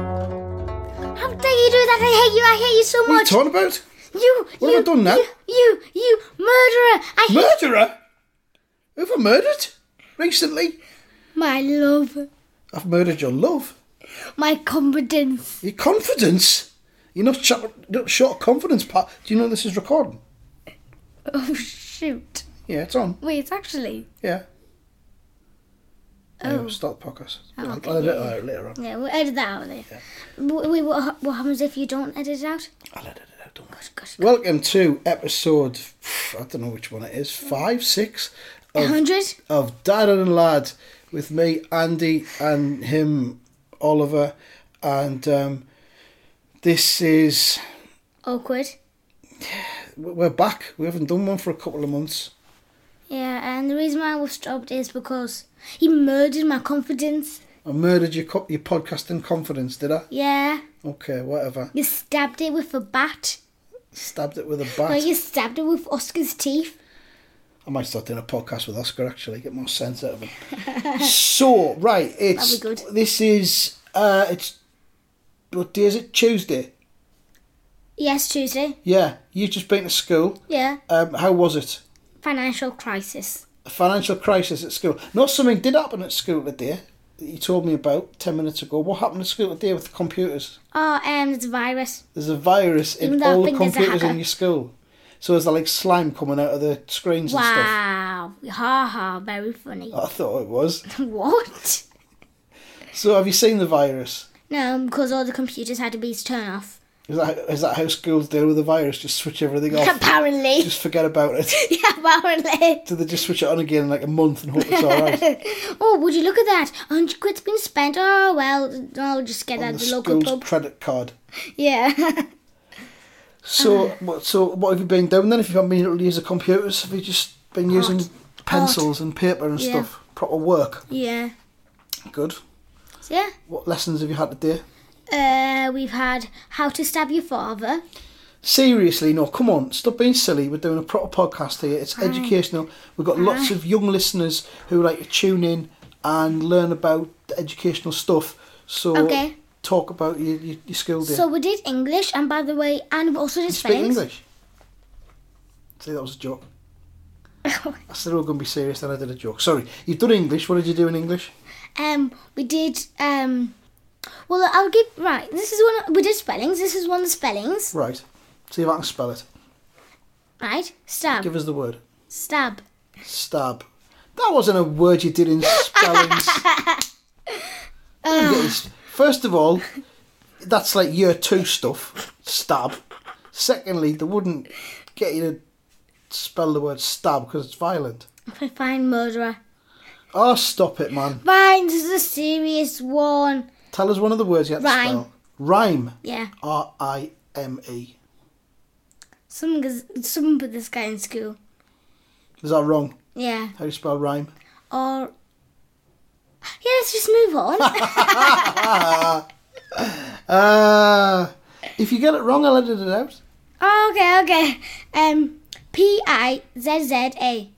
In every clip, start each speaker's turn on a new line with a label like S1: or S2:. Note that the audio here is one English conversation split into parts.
S1: How dare you do that? I hate you. I hate you so
S2: What are you
S1: much.
S2: talking about?
S1: you.
S2: What
S1: you,
S2: have I done now?
S1: You, you, you murderer. I hate
S2: Murderer? Who have I murdered? Recently?
S1: my love,
S2: I've murdered your love.
S1: my confidence.
S2: Your confidence? You're not, sh- not short of confidence, Pat. Do you know this is recording?
S1: Oh shoot!
S2: Yeah, it's on.
S1: Wait, it's actually.
S2: Yeah.
S1: Oh.
S2: Yeah, stop the podcast.
S1: Oh, okay,
S2: I'll edit
S1: yeah,
S2: it out later on.
S1: Yeah, we'll edit that out there. W- Wait, what, ha- what happens if you don't edit it out?
S2: I'll edit it out, don't worry.
S1: Gosh,
S2: Welcome to episode, I don't know which one it is, five, six,
S1: a
S2: of,
S1: hundred?
S2: of Dad and Lad with me, Andy, and him, Oliver. And um, this is,
S1: Awkward.
S2: we're back. We haven't done one for a couple of months.
S1: Yeah, and the reason why I was stopped is because he murdered my confidence.
S2: I murdered your, co- your podcasting confidence, did I?
S1: Yeah,
S2: Okay, whatever.
S1: you stabbed it with a bat.
S2: Stabbed it with a
S1: No,
S2: bat.
S1: you stabbed it with Oscar's teeth.
S2: I might start doing a podcast with Oscar actually, get more sense out of him. so right, it's
S1: That'd be good.
S2: this is uh it's what day is it? Tuesday.
S1: Yes, Tuesday.
S2: Yeah. You've just been to school.
S1: Yeah,
S2: Um how was it?
S1: financial crisis.
S2: A financial crisis at school. No, something did happen at school today that you told me about ten minutes ago. What happened at school today with the computers?
S1: Oh, um, it's a virus.
S2: There's a virus
S1: Even
S2: in
S1: though I
S2: all the
S1: think there's a
S2: computers in
S1: hacker.
S2: your school. So there's like slime coming out of the screens and stuff.
S1: Wow. Ha ha, very funny.
S2: I thought it was.
S1: what?
S2: So have you seen the virus?
S1: No, because all the computers had to be turned off.
S2: Is that, is that how schools deal with the virus? Just switch everything off?
S1: Apparently.
S2: just forget about it?
S1: yeah, apparently.
S2: Do they just switch it on again in like a month and hope it's alright?
S1: Oh, would you look at that? 100 quid's been spent. Oh, well, I'll just get
S2: on
S1: that
S2: the
S1: at the local
S2: school's
S1: pub.
S2: credit card.
S1: Yeah.
S2: So,
S1: Uh-huh.
S2: what, so what have you been doing then if you haven't been able to use the computers? Have you just been using pencils and paper and
S1: Yeah.
S2: stuff? Proper work.
S1: yeah.
S2: Good.
S1: So, yeah.
S2: What lessons have you had today?
S1: Uh, we've had How to Stab Your Father.
S2: Seriously, no, come on, stop being silly. We're doing a proper podcast here. It's educational. We've got lots of young listeners who like to tune in and learn about the educational stuff. So
S1: Okay.
S2: talk about your, your, your school day.
S1: So we did English, and by the way, and we also did
S2: you speak
S1: spelling.
S2: English. See, that was a joke. I said we were going to be serious, then I did a joke. Sorry, you've done English. What did you do in English?
S1: Um, we did. Um, well, I'll give right. This is one. Of, we did spellings. This is one of the spellings.
S2: Right. See if I can spell it.
S1: Right. Stab.
S2: Give us the word.
S1: stab.
S2: Stab. That wasn't a word you did in spellings. Don't get this- First of all, that's like year two stuff. Stab. Secondly, they wouldn't get you to spell the word stab because it's violent.
S1: Fine murderer.
S2: Oh, stop it, man.
S1: Fine. This is a serious one.
S2: Tell us one of the words you had
S1: Rhyme.
S2: to spell. Rhyme.
S1: Yeah.
S2: R I M E.
S1: Some guys- some put this guy in school.
S2: Is that wrong?
S1: Yeah.
S2: How do you spell rhyme?
S1: Or. Yeah. Let's just move on.
S2: Uh, if you get it wrong, I'll edit it out.
S1: Oh, okay. Okay. Um. P I Z Z A.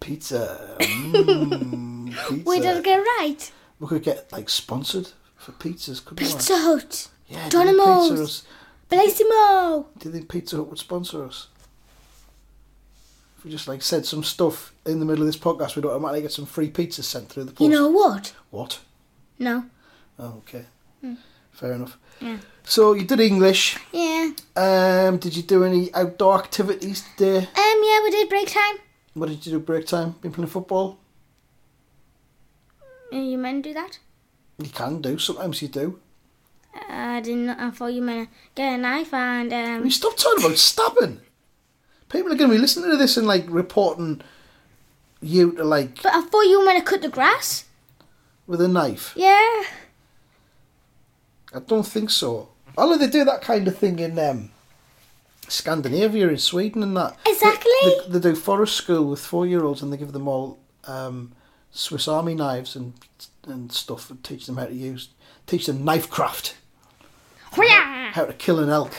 S2: Pizza. Mm, pizza.
S1: We did get right.
S2: We could get like sponsored for pizzas, couldn't
S1: Pizza Hut.
S2: we? Yeah,
S1: Donimo's.
S2: Do you, think Pizza Hut-
S1: Bellissimo.
S2: do you think Pizza Hut would sponsor us? If we just like said some stuff in the middle of this podcast, we'd automatically get some free pizzas sent through the post.
S1: You know what?
S2: what?
S1: No.
S2: Oh, okay. Fair enough.
S1: Hmm. Yeah.
S2: So you did English.
S1: Yeah.
S2: Um, did you do any outdoor activities today?
S1: Um. Yeah. We did break time.
S2: What did you do break time? Been playing football?
S1: Uh, You meant do that?
S2: You can do. Sometimes you do.
S1: Uh, I didn't. I thought you meant get a knife and
S2: I mean,
S1: um.
S2: stop talking about stabbing. People are going to be listening to this and like reporting you to like
S1: But I thought you meant to cut the grass.
S2: with a knife.
S1: Yeah.
S2: I don't think so. Although they do that kind of thing in um, Scandinavia, in Sweden, and that.
S1: Exactly.
S2: They, they do forest school with four year olds and they give them all um, Swiss Army knives and and stuff and teach them how to use, teach them knife craft,
S1: Hurrah!
S2: how to kill an elk.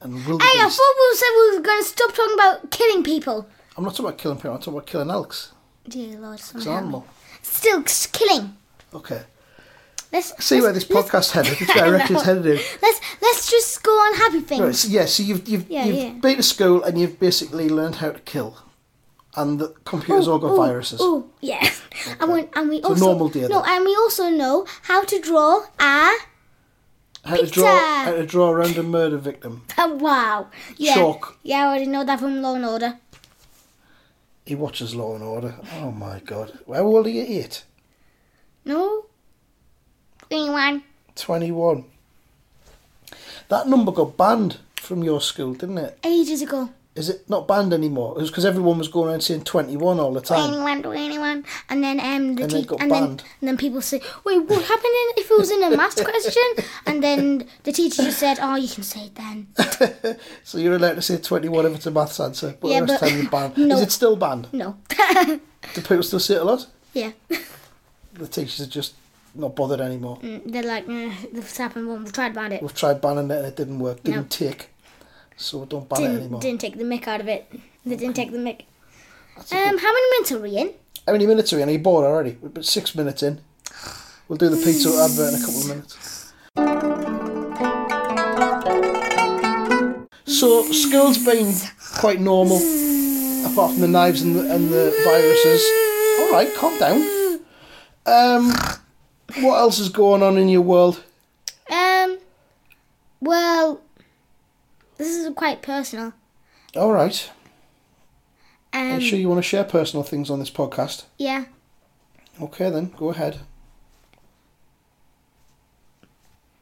S2: and
S1: Hey, I
S2: wildebeest.
S1: thought we said we were going to stop talking about killing people.
S2: I'm not talking about killing people. I'm talking about killing elks.
S1: Dear Lord,
S2: It's
S1: somehow.
S2: an animal.
S1: Still c- killing.
S2: Okay.
S1: Let's
S2: See
S1: let's-
S2: where this
S1: let's-
S2: podcast headed. It's directed
S1: know.
S2: headed in.
S1: Let's let's just go on happy things.
S2: Right, so, yeah, so you've you've,
S1: Yeah,
S2: you've
S1: yeah.
S2: been to school and you've basically learned how to kill, and the computers all got
S1: Ooh,
S2: viruses.
S1: Ooh, yes. And, when, and we
S2: a
S1: also
S2: normal day
S1: no,
S2: then.
S1: and we also know how to draw a,
S2: How to draw
S1: pizza.
S2: how to draw a random murder victim.
S1: a wow. Yeah,
S2: Chalk.
S1: yeah, I already know that from Law and Order.
S2: He watches Law and Order. Oh my God! How old are you? Eight.
S1: No, anyone?
S2: 21. That number got banned from your school, didn't it?
S1: Ages ago,
S2: Is it not banned anymore? It was because everyone was going around saying 21 all the time.
S1: anyone to anyone, and then um, the
S2: And they
S1: tea-
S2: got
S1: and then
S2: banned.
S1: and then people say, wait, what happened in- if it was in a maths question? And then the teacher just said, oh, you can say it then.
S2: so you're allowed to say 21 if it's a maths answer, but
S1: Yeah,
S2: the rest
S1: but-
S2: of the time you're banned.
S1: No.
S2: Is it still banned?
S1: No,
S2: Do people still say it a lot?
S1: yeah,
S2: The teachers are just not bothered anymore.
S1: Mm, they're like, eh, this happened when we tried about it.
S2: We've tried banning it and it didn't work,
S1: No.
S2: didn't take. So don't ban it
S1: Didn't
S2: anymore.
S1: didn't take the mick out of it. They didn't take the mick.
S2: That's a good-
S1: Um, how many minutes are we in?
S2: How many minutes are we in? Are you bored already? We're about six minutes in. We'll do the pizza advert in a couple of minutes. So school's been quite normal, apart from the knives and the, and the viruses. All right, calm down. Um, what else is going on in your world?
S1: Um, well, this is quite personal.
S2: All right. Are
S1: Um,
S2: you sure you want to share personal things on this podcast?
S1: yeah.
S2: Okay, then go ahead.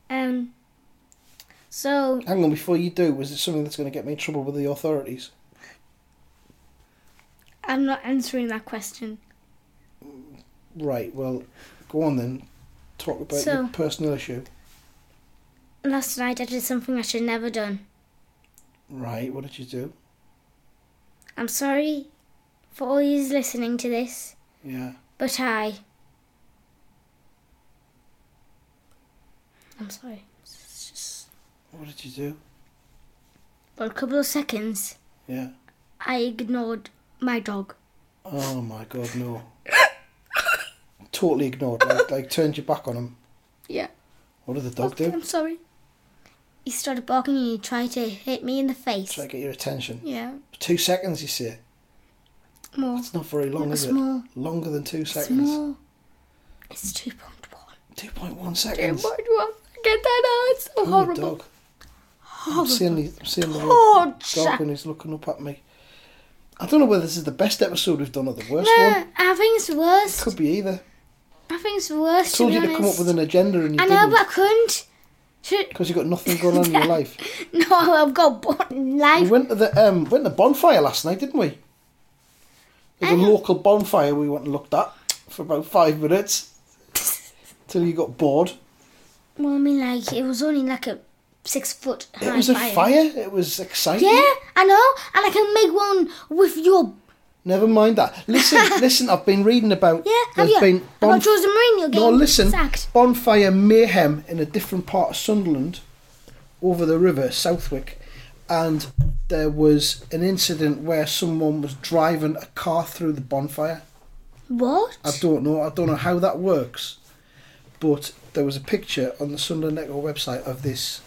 S1: Um, so
S2: Hang on, before you do, was it something that's going to get me in trouble with the authorities?
S1: I'm not answering that question.
S2: Right, well, go on then. Talk about
S1: So-
S2: your personal issue.
S1: Last night I did something I should never done.
S2: Right, what did you do?
S1: I'm sorry for all yous listening to this,
S2: Yeah.
S1: but I. I'm sorry. It's just-
S2: What did you do?
S1: For a couple of seconds,
S2: Yeah.
S1: I ignored my dog.
S2: Oh my god, no. totally ignored, like, like turned your back on him.
S1: Yeah.
S2: What did the dog
S1: Okay,
S2: do?
S1: I'm sorry. He started barking and he tried to hit me in the face.
S2: Try to get your attention.
S1: yeah,
S2: Two seconds, you say.
S1: more.
S2: It's not very long,
S1: Like a
S2: is it?
S1: small,
S2: Longer than two seconds.
S1: small. It's 2.1.
S2: 2.1
S1: 2.1.
S2: seconds.
S1: Get that out. It's so
S2: Oh, the
S1: horrible.
S2: dog. I'm seeing, the, I'm seeing the little dog
S1: Torture.
S2: and he's looking up at me. I don't know whether this is the best episode we've done or the worst one.
S1: No, I think it's worse.
S2: Could be either.
S1: I think it's worse, to
S2: told
S1: be
S2: you
S1: honest.
S2: to come up with an agenda and you
S1: I know, but I
S2: didn't
S1: couldn't. Should...
S2: because you got nothing going on in your life.
S1: No, I've got bo-
S2: We
S1: life.
S2: went to the um went to the bonfire last night, didn't we? There's a
S1: Um,
S2: local bonfire we went and looked at for about five minutes till you got bored.
S1: Well, I mean, like, it was only like a six foot high
S2: It was a fire. It was exciting.
S1: Yeah, I know. And I can make one with your.
S2: Never mind that. Listen, listen. I've been reading about.
S1: Yeah, have
S2: there's
S1: you?
S2: been
S1: about Jose Mourinho getting
S2: No, listen.
S1: sacked.
S2: Bonfire mayhem in a different part of Sunderland, over the river, Southwick, and there was an incident where someone was driving a car through the bonfire.
S1: What?
S2: I don't know. I don't know how that works, but there was a picture on the Sunderland Echo website of this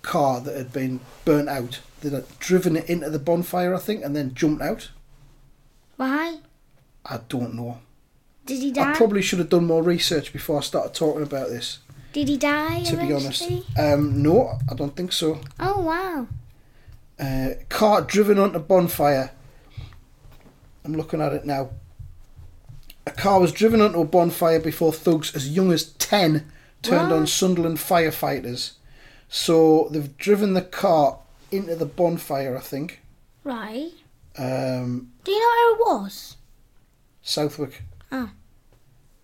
S2: car that had been burnt out. They'd had driven it into the bonfire, I think, and then jumped out.
S1: Why?
S2: I don't know.
S1: Did he
S2: I
S1: die?
S2: probably should have done more research before I started talking about this.
S1: Did he die?
S2: to be honest.
S1: eventually?
S2: Um, no, I don't think so.
S1: Oh wow.
S2: Uh, car driven onto bonfire. I'm looking at it now. A car was driven onto a bonfire before thugs as young as 10 turned on
S1: What?
S2: Sunderland firefighters. So they've driven the car into the bonfire, I think.
S1: Right.
S2: Um,
S1: Do you know where it was?
S2: Southwick.
S1: Oh.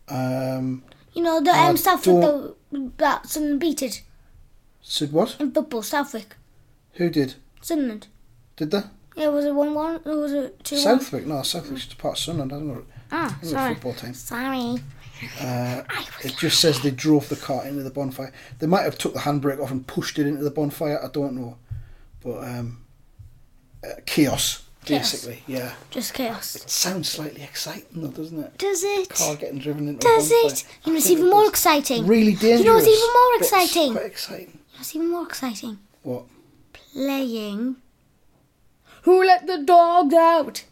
S2: Um,
S1: You know the
S2: I
S1: um Southwick the, that Sunderland beat it
S2: said what?
S1: in football. Southwick,
S2: Who did?
S1: Sunderland.
S2: Did they?
S1: Yeah, was it one one or was it two one?
S2: Southwick? No, Southwick's just part of Sunderland. I don't know.
S1: Ah,
S2: I don't know
S1: sorry.
S2: football team.
S1: Sorry.
S2: Uh,
S1: I was
S2: It just says they drove the car into the bonfire. They might have took the handbrake off and pushed it into the bonfire. I don't know, but um, uh, chaos,
S1: Chaos.
S2: basically. Yeah,
S1: Just chaos.
S2: sounds slightly exciting though, doesn't it?
S1: Does it?
S2: Car getting driven into
S1: Does
S2: a
S1: it?
S2: bonfire.
S1: You know, it's
S2: I think
S1: even
S2: it
S1: more
S2: was
S1: exciting.
S2: Really dangerous.
S1: You know, it's even more
S2: but it's
S1: exciting.
S2: Quite exciting.
S1: That's even more exciting.
S2: What?
S1: Playing. Who let the dog out?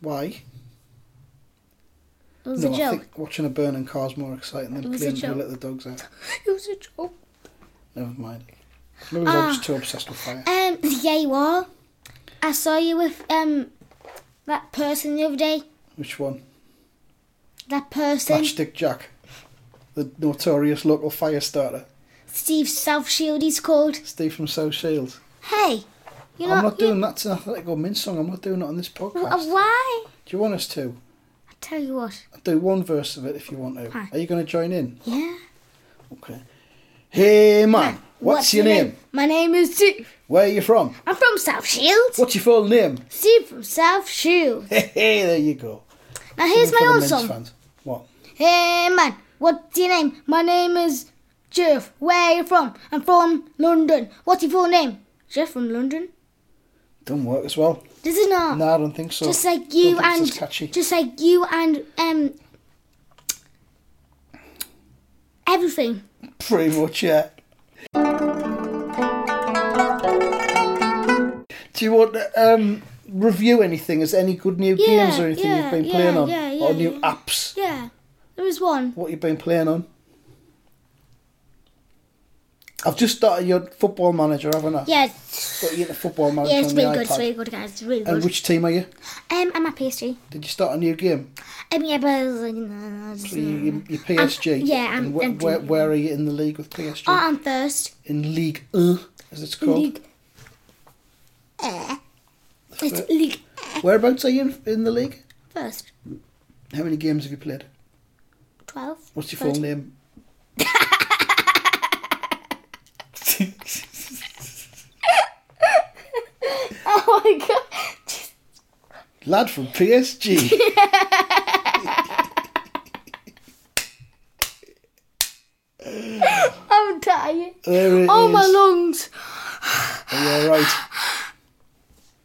S2: Why?
S1: It was
S2: no,
S1: a
S2: I
S1: joke.
S2: think watching a burning car is more exciting
S1: It
S2: than
S1: was a
S2: playing Who
S1: joke.
S2: Let the Dogs Out.
S1: It was a joke.
S2: Never mind. Maybe I
S1: Ah.
S2: was just too obsessed with fire.
S1: Um, yeah, you are. I saw you with um that person the other day.
S2: Which one?
S1: That person,
S2: Matchstick Jack, the notorious local fire starter.
S1: Steve Southshield, he's called.
S2: Steve from South Shields.
S1: Hey, you know
S2: I'm not doing that to an Atletico Mint song. I'm not doing it on this podcast.
S1: Why?
S2: Do you want us to?
S1: I tell you what.
S2: I'll do one verse of it if you want to.
S1: Fine.
S2: Are you going to join in?
S1: Yeah.
S2: Okay. Hey man, what's, your name?
S1: My name is Steve.
S2: Where are you from?
S1: I'm from South Shields.
S2: What's your full name?
S1: Steve from South Shields.
S2: Hey, hey there you go.
S1: Now here's my
S2: For the
S1: own
S2: Mints
S1: song.
S2: fans. What?
S1: Hey man, what's your name? My name is Jeff. Where are you from? I'm from London. What's your full name? Jeff from London.
S2: Don't work as well.
S1: This is not.
S2: No, I don't think so.
S1: Uh, just like you
S2: Don't think it's
S1: and
S2: as catchy.
S1: just like you and um everything.
S2: Pretty much, yeah. Do you want to um, review anything? Is there any good new
S1: Yeah,
S2: games or anything
S1: yeah,
S2: you've been
S1: yeah,
S2: playing on?
S1: yeah,
S2: or
S1: yeah,
S2: new
S1: yeah.
S2: apps?
S1: Yeah, there is one.
S2: What you've been playing on? I've just started your football manager, haven't I?
S1: Yeah, it's,
S2: Got you the football manager
S1: yeah, it's
S2: on the
S1: really good.
S2: iPad.
S1: It's really good, guys. It's really
S2: And
S1: good.
S2: which team are you?
S1: Um, I'm at PSG.
S2: Did you start a new game?
S1: Um, yeah, but uh,
S2: So you, you, you're PSG.
S1: yeah, I'm-
S2: and wh-
S1: I'm-
S2: where, where are you in the league with PSG?
S1: oh, I'm first.
S2: in League Uh, as it's called.
S1: League. Eh. It's league
S2: Whereabouts are you in, in the league?
S1: first.
S2: How many games have you played?
S1: Twelve.
S2: What's your
S1: Third.
S2: full name?
S1: Oh my god.
S2: Lad from PSG.
S1: I'm dying.
S2: there it
S1: Oh my
S2: is.
S1: lungs.
S2: Are you alright?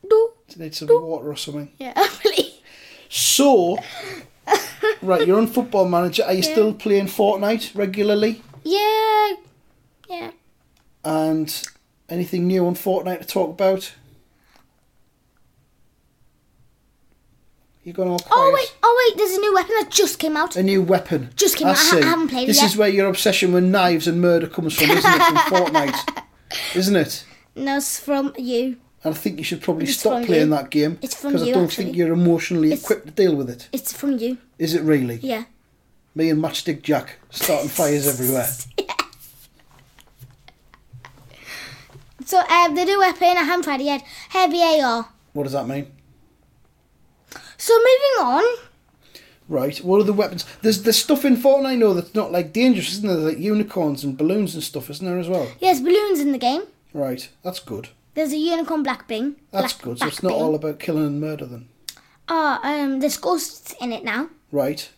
S1: No.
S2: Do you need some water or something?
S1: Yeah, really.
S2: So, right, you're on Football Manager. Are you still playing Fortnite regularly?
S1: Yeah. Yeah.
S2: And anything new on Fortnite to talk about? You're going all quiet.
S1: Oh wait, oh wait, there's a new weapon that just came out.
S2: A new weapon.
S1: Just came out. I ha- I haven't played it
S2: This
S1: yet.
S2: is where your obsession with knives and murder comes from, isn't it? From Fortnite, isn't it?
S1: No, it's from you.
S2: And I think you should probably
S1: It's
S2: stop
S1: from
S2: playing
S1: you.
S2: that game
S1: It's from
S2: I
S1: you,
S2: don't think
S1: actually.
S2: you're emotionally
S1: It's-
S2: equipped to deal with it.
S1: It's from you.
S2: Is it really?
S1: Yeah.
S2: Me and Matchstick Jack starting fires everywhere.
S1: So um, the new weapon I haven't tried it yet. Heavy AR.
S2: What does that mean?
S1: So moving on.
S2: Right. What are the weapons? There's there's stuff in Fortnite I know that's not like dangerous, isn't there? There's, like unicorns and balloons and stuff, isn't there as well?
S1: There's balloons in the game.
S2: Right. That's good.
S1: There's a unicorn black bing.
S2: That's
S1: black,
S2: good. So it's
S1: back
S2: not
S1: bing.
S2: all about killing and murder then.
S1: Oh, um, there's ghosts in it now.
S2: Right.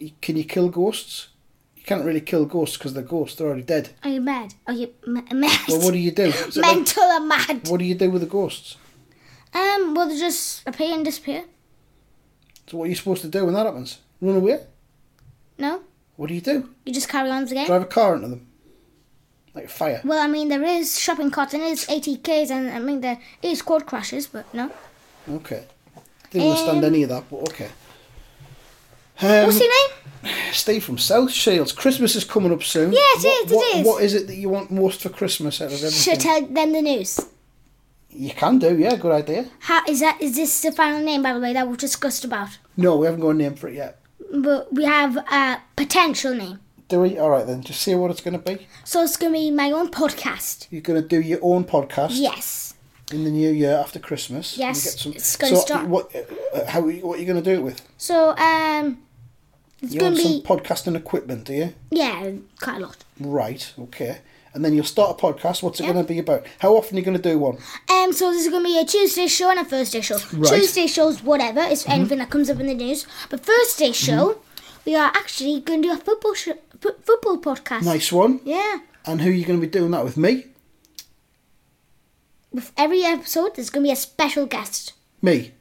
S2: Y- Can you kill ghosts? You can't really kill ghosts because they're ghosts. They're already dead.
S1: Are you mad? Are you ma- mad?
S2: Well, what do you do? Is it like-
S1: Mental and mad.
S2: what do you do with the ghosts?
S1: Um, well, they just appear and disappear.
S2: So what are you supposed to do when that happens? Run away?
S1: No,
S2: What do you do?
S1: you just carry on with the game.
S2: Drive a car into them? Like a fire.
S1: Well, I mean, there is shopping carts and is ATKs, and I mean, there is quad crashes, but no.
S2: Um, Okay. Didn't understand
S1: Um,
S2: any of that, but okay. Um,
S1: What's your name?
S2: Steve from South Shields. Christmas is coming up soon.
S1: Yeah, it
S2: What-
S1: is, it
S2: what-
S1: is.
S2: What is it that you want most for Christmas out of everything?
S1: Should tell them the news.
S2: You can do, yeah, good idea.
S1: How is that? Is this the final name, by the way, that we've discussed about?
S2: No, we haven't got a name for it yet.
S1: But we have a potential name.
S2: Do we? All right then. Just see what it's going to be.
S1: So it's going to be my own podcast.
S2: You're going to do your own podcast
S1: Yes.
S2: in the new year after Christmas. and
S1: Yes,
S2: get some-
S1: it's gonna
S2: so
S1: start-
S2: What? Uh, how? What are you going to do it with?
S1: So, um, it's
S2: You
S1: going to
S2: want some
S1: be,
S2: podcasting equipment, do you?
S1: yeah, quite a lot.
S2: Right. Okay. And then you'll start a podcast. What's it
S1: Yeah.
S2: going to be about? How often are you going to do one?
S1: Um, so this is going to be a Tuesday show and a Thursday show. Tuesday show's whatever, it's
S2: Mm-hmm.
S1: anything that comes up in the news. But Thursday show, we are actually going to do a football sh- fo- football podcast.
S2: Nice one.
S1: Yeah.
S2: And who are you going to be doing that with? Me.
S1: with every episode, there's going to be a special guest,
S2: Me.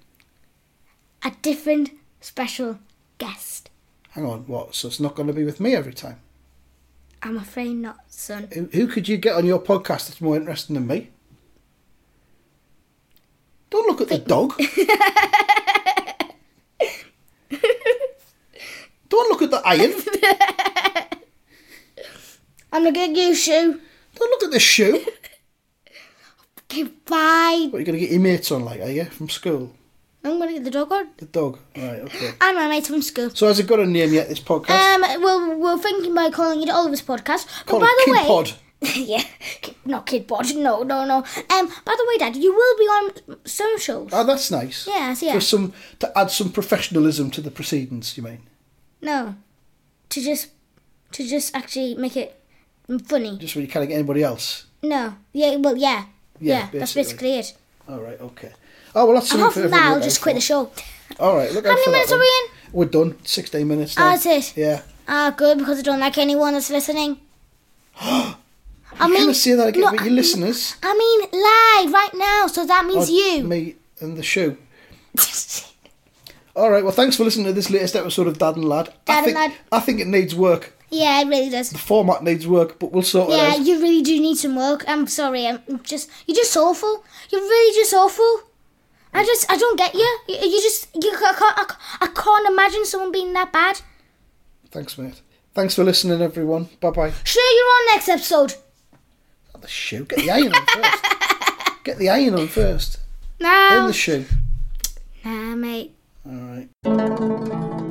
S1: a different special guest.
S2: Hang on, what? So it's not going to be with me every time.
S1: I'm afraid not, son.
S2: Who, who could you get on your podcast that's more interesting than me? Don't look at the dog. Don't look at the iron.
S1: I'm gonna get you, Sue.
S2: Don't look at the shoe.
S1: Okay, bye.
S2: What are you going to get your mates on, like, are you? From school?
S1: I'm gonna get the dog on.
S2: The dog? Right, okay.
S1: And my mates from school.
S2: So has it got a name yet, this podcast?
S1: Um, well, we're thinking about calling it Oliver's podcast. But
S2: Call
S1: by
S2: it
S1: the
S2: Kid
S1: way,
S2: Pod.
S1: yeah, Kid- not Kid Pod. No, no, no. Um, by the way, Dad, you will be on some shows.
S2: Oh, that's nice.
S1: yes, yeah.
S2: For some to add some professionalism to the proceedings, you mean?
S1: No, to just, to just actually make it funny.
S2: Just when you can't get anybody else.
S1: No, yeah, well, yeah, yeah.
S2: Yeah,
S1: that's
S2: basically.
S1: basically it.
S2: All right, okay. Oh well, that's
S1: I
S2: something
S1: hope
S2: for
S1: that
S2: everyone.
S1: I'll just quit the show.
S2: All right, look
S1: How
S2: out
S1: many
S2: for
S1: minutes
S2: that
S1: are we
S2: one.
S1: in?
S2: We're done. Sixteen minutes now.
S1: Oh, that's it.
S2: Yeah.
S1: Ah, good because I don't like anyone that's listening. I
S2: Can I
S1: mean,
S2: say that again?
S1: no,
S2: but
S1: I-
S2: your listeners,
S1: I mean, live right now, so that means
S2: are
S1: you.
S2: me, and the shoe. All right. Well, thanks for listening to this latest episode of Dad and Lad.
S1: Dad
S2: I
S1: and
S2: think,
S1: Lad.
S2: I think it needs work.
S1: yeah, it really does.
S2: The format needs work, but we'll sort it
S1: Yeah,
S2: out.
S1: you really do need some work. I'm sorry. I'm I'm just you're just awful. You're really just awful. I just I don't get you. You, you just you I can't, I can't I can't imagine someone being that bad.
S2: Thanks, mate. Thanks for listening, everyone. Bye bye.
S1: Sure, you're on next episode.
S2: The shoe. Get the iron on first. Get the iron on first. Then
S1: No.
S2: the shoe.
S1: Nah, mate.
S2: All right.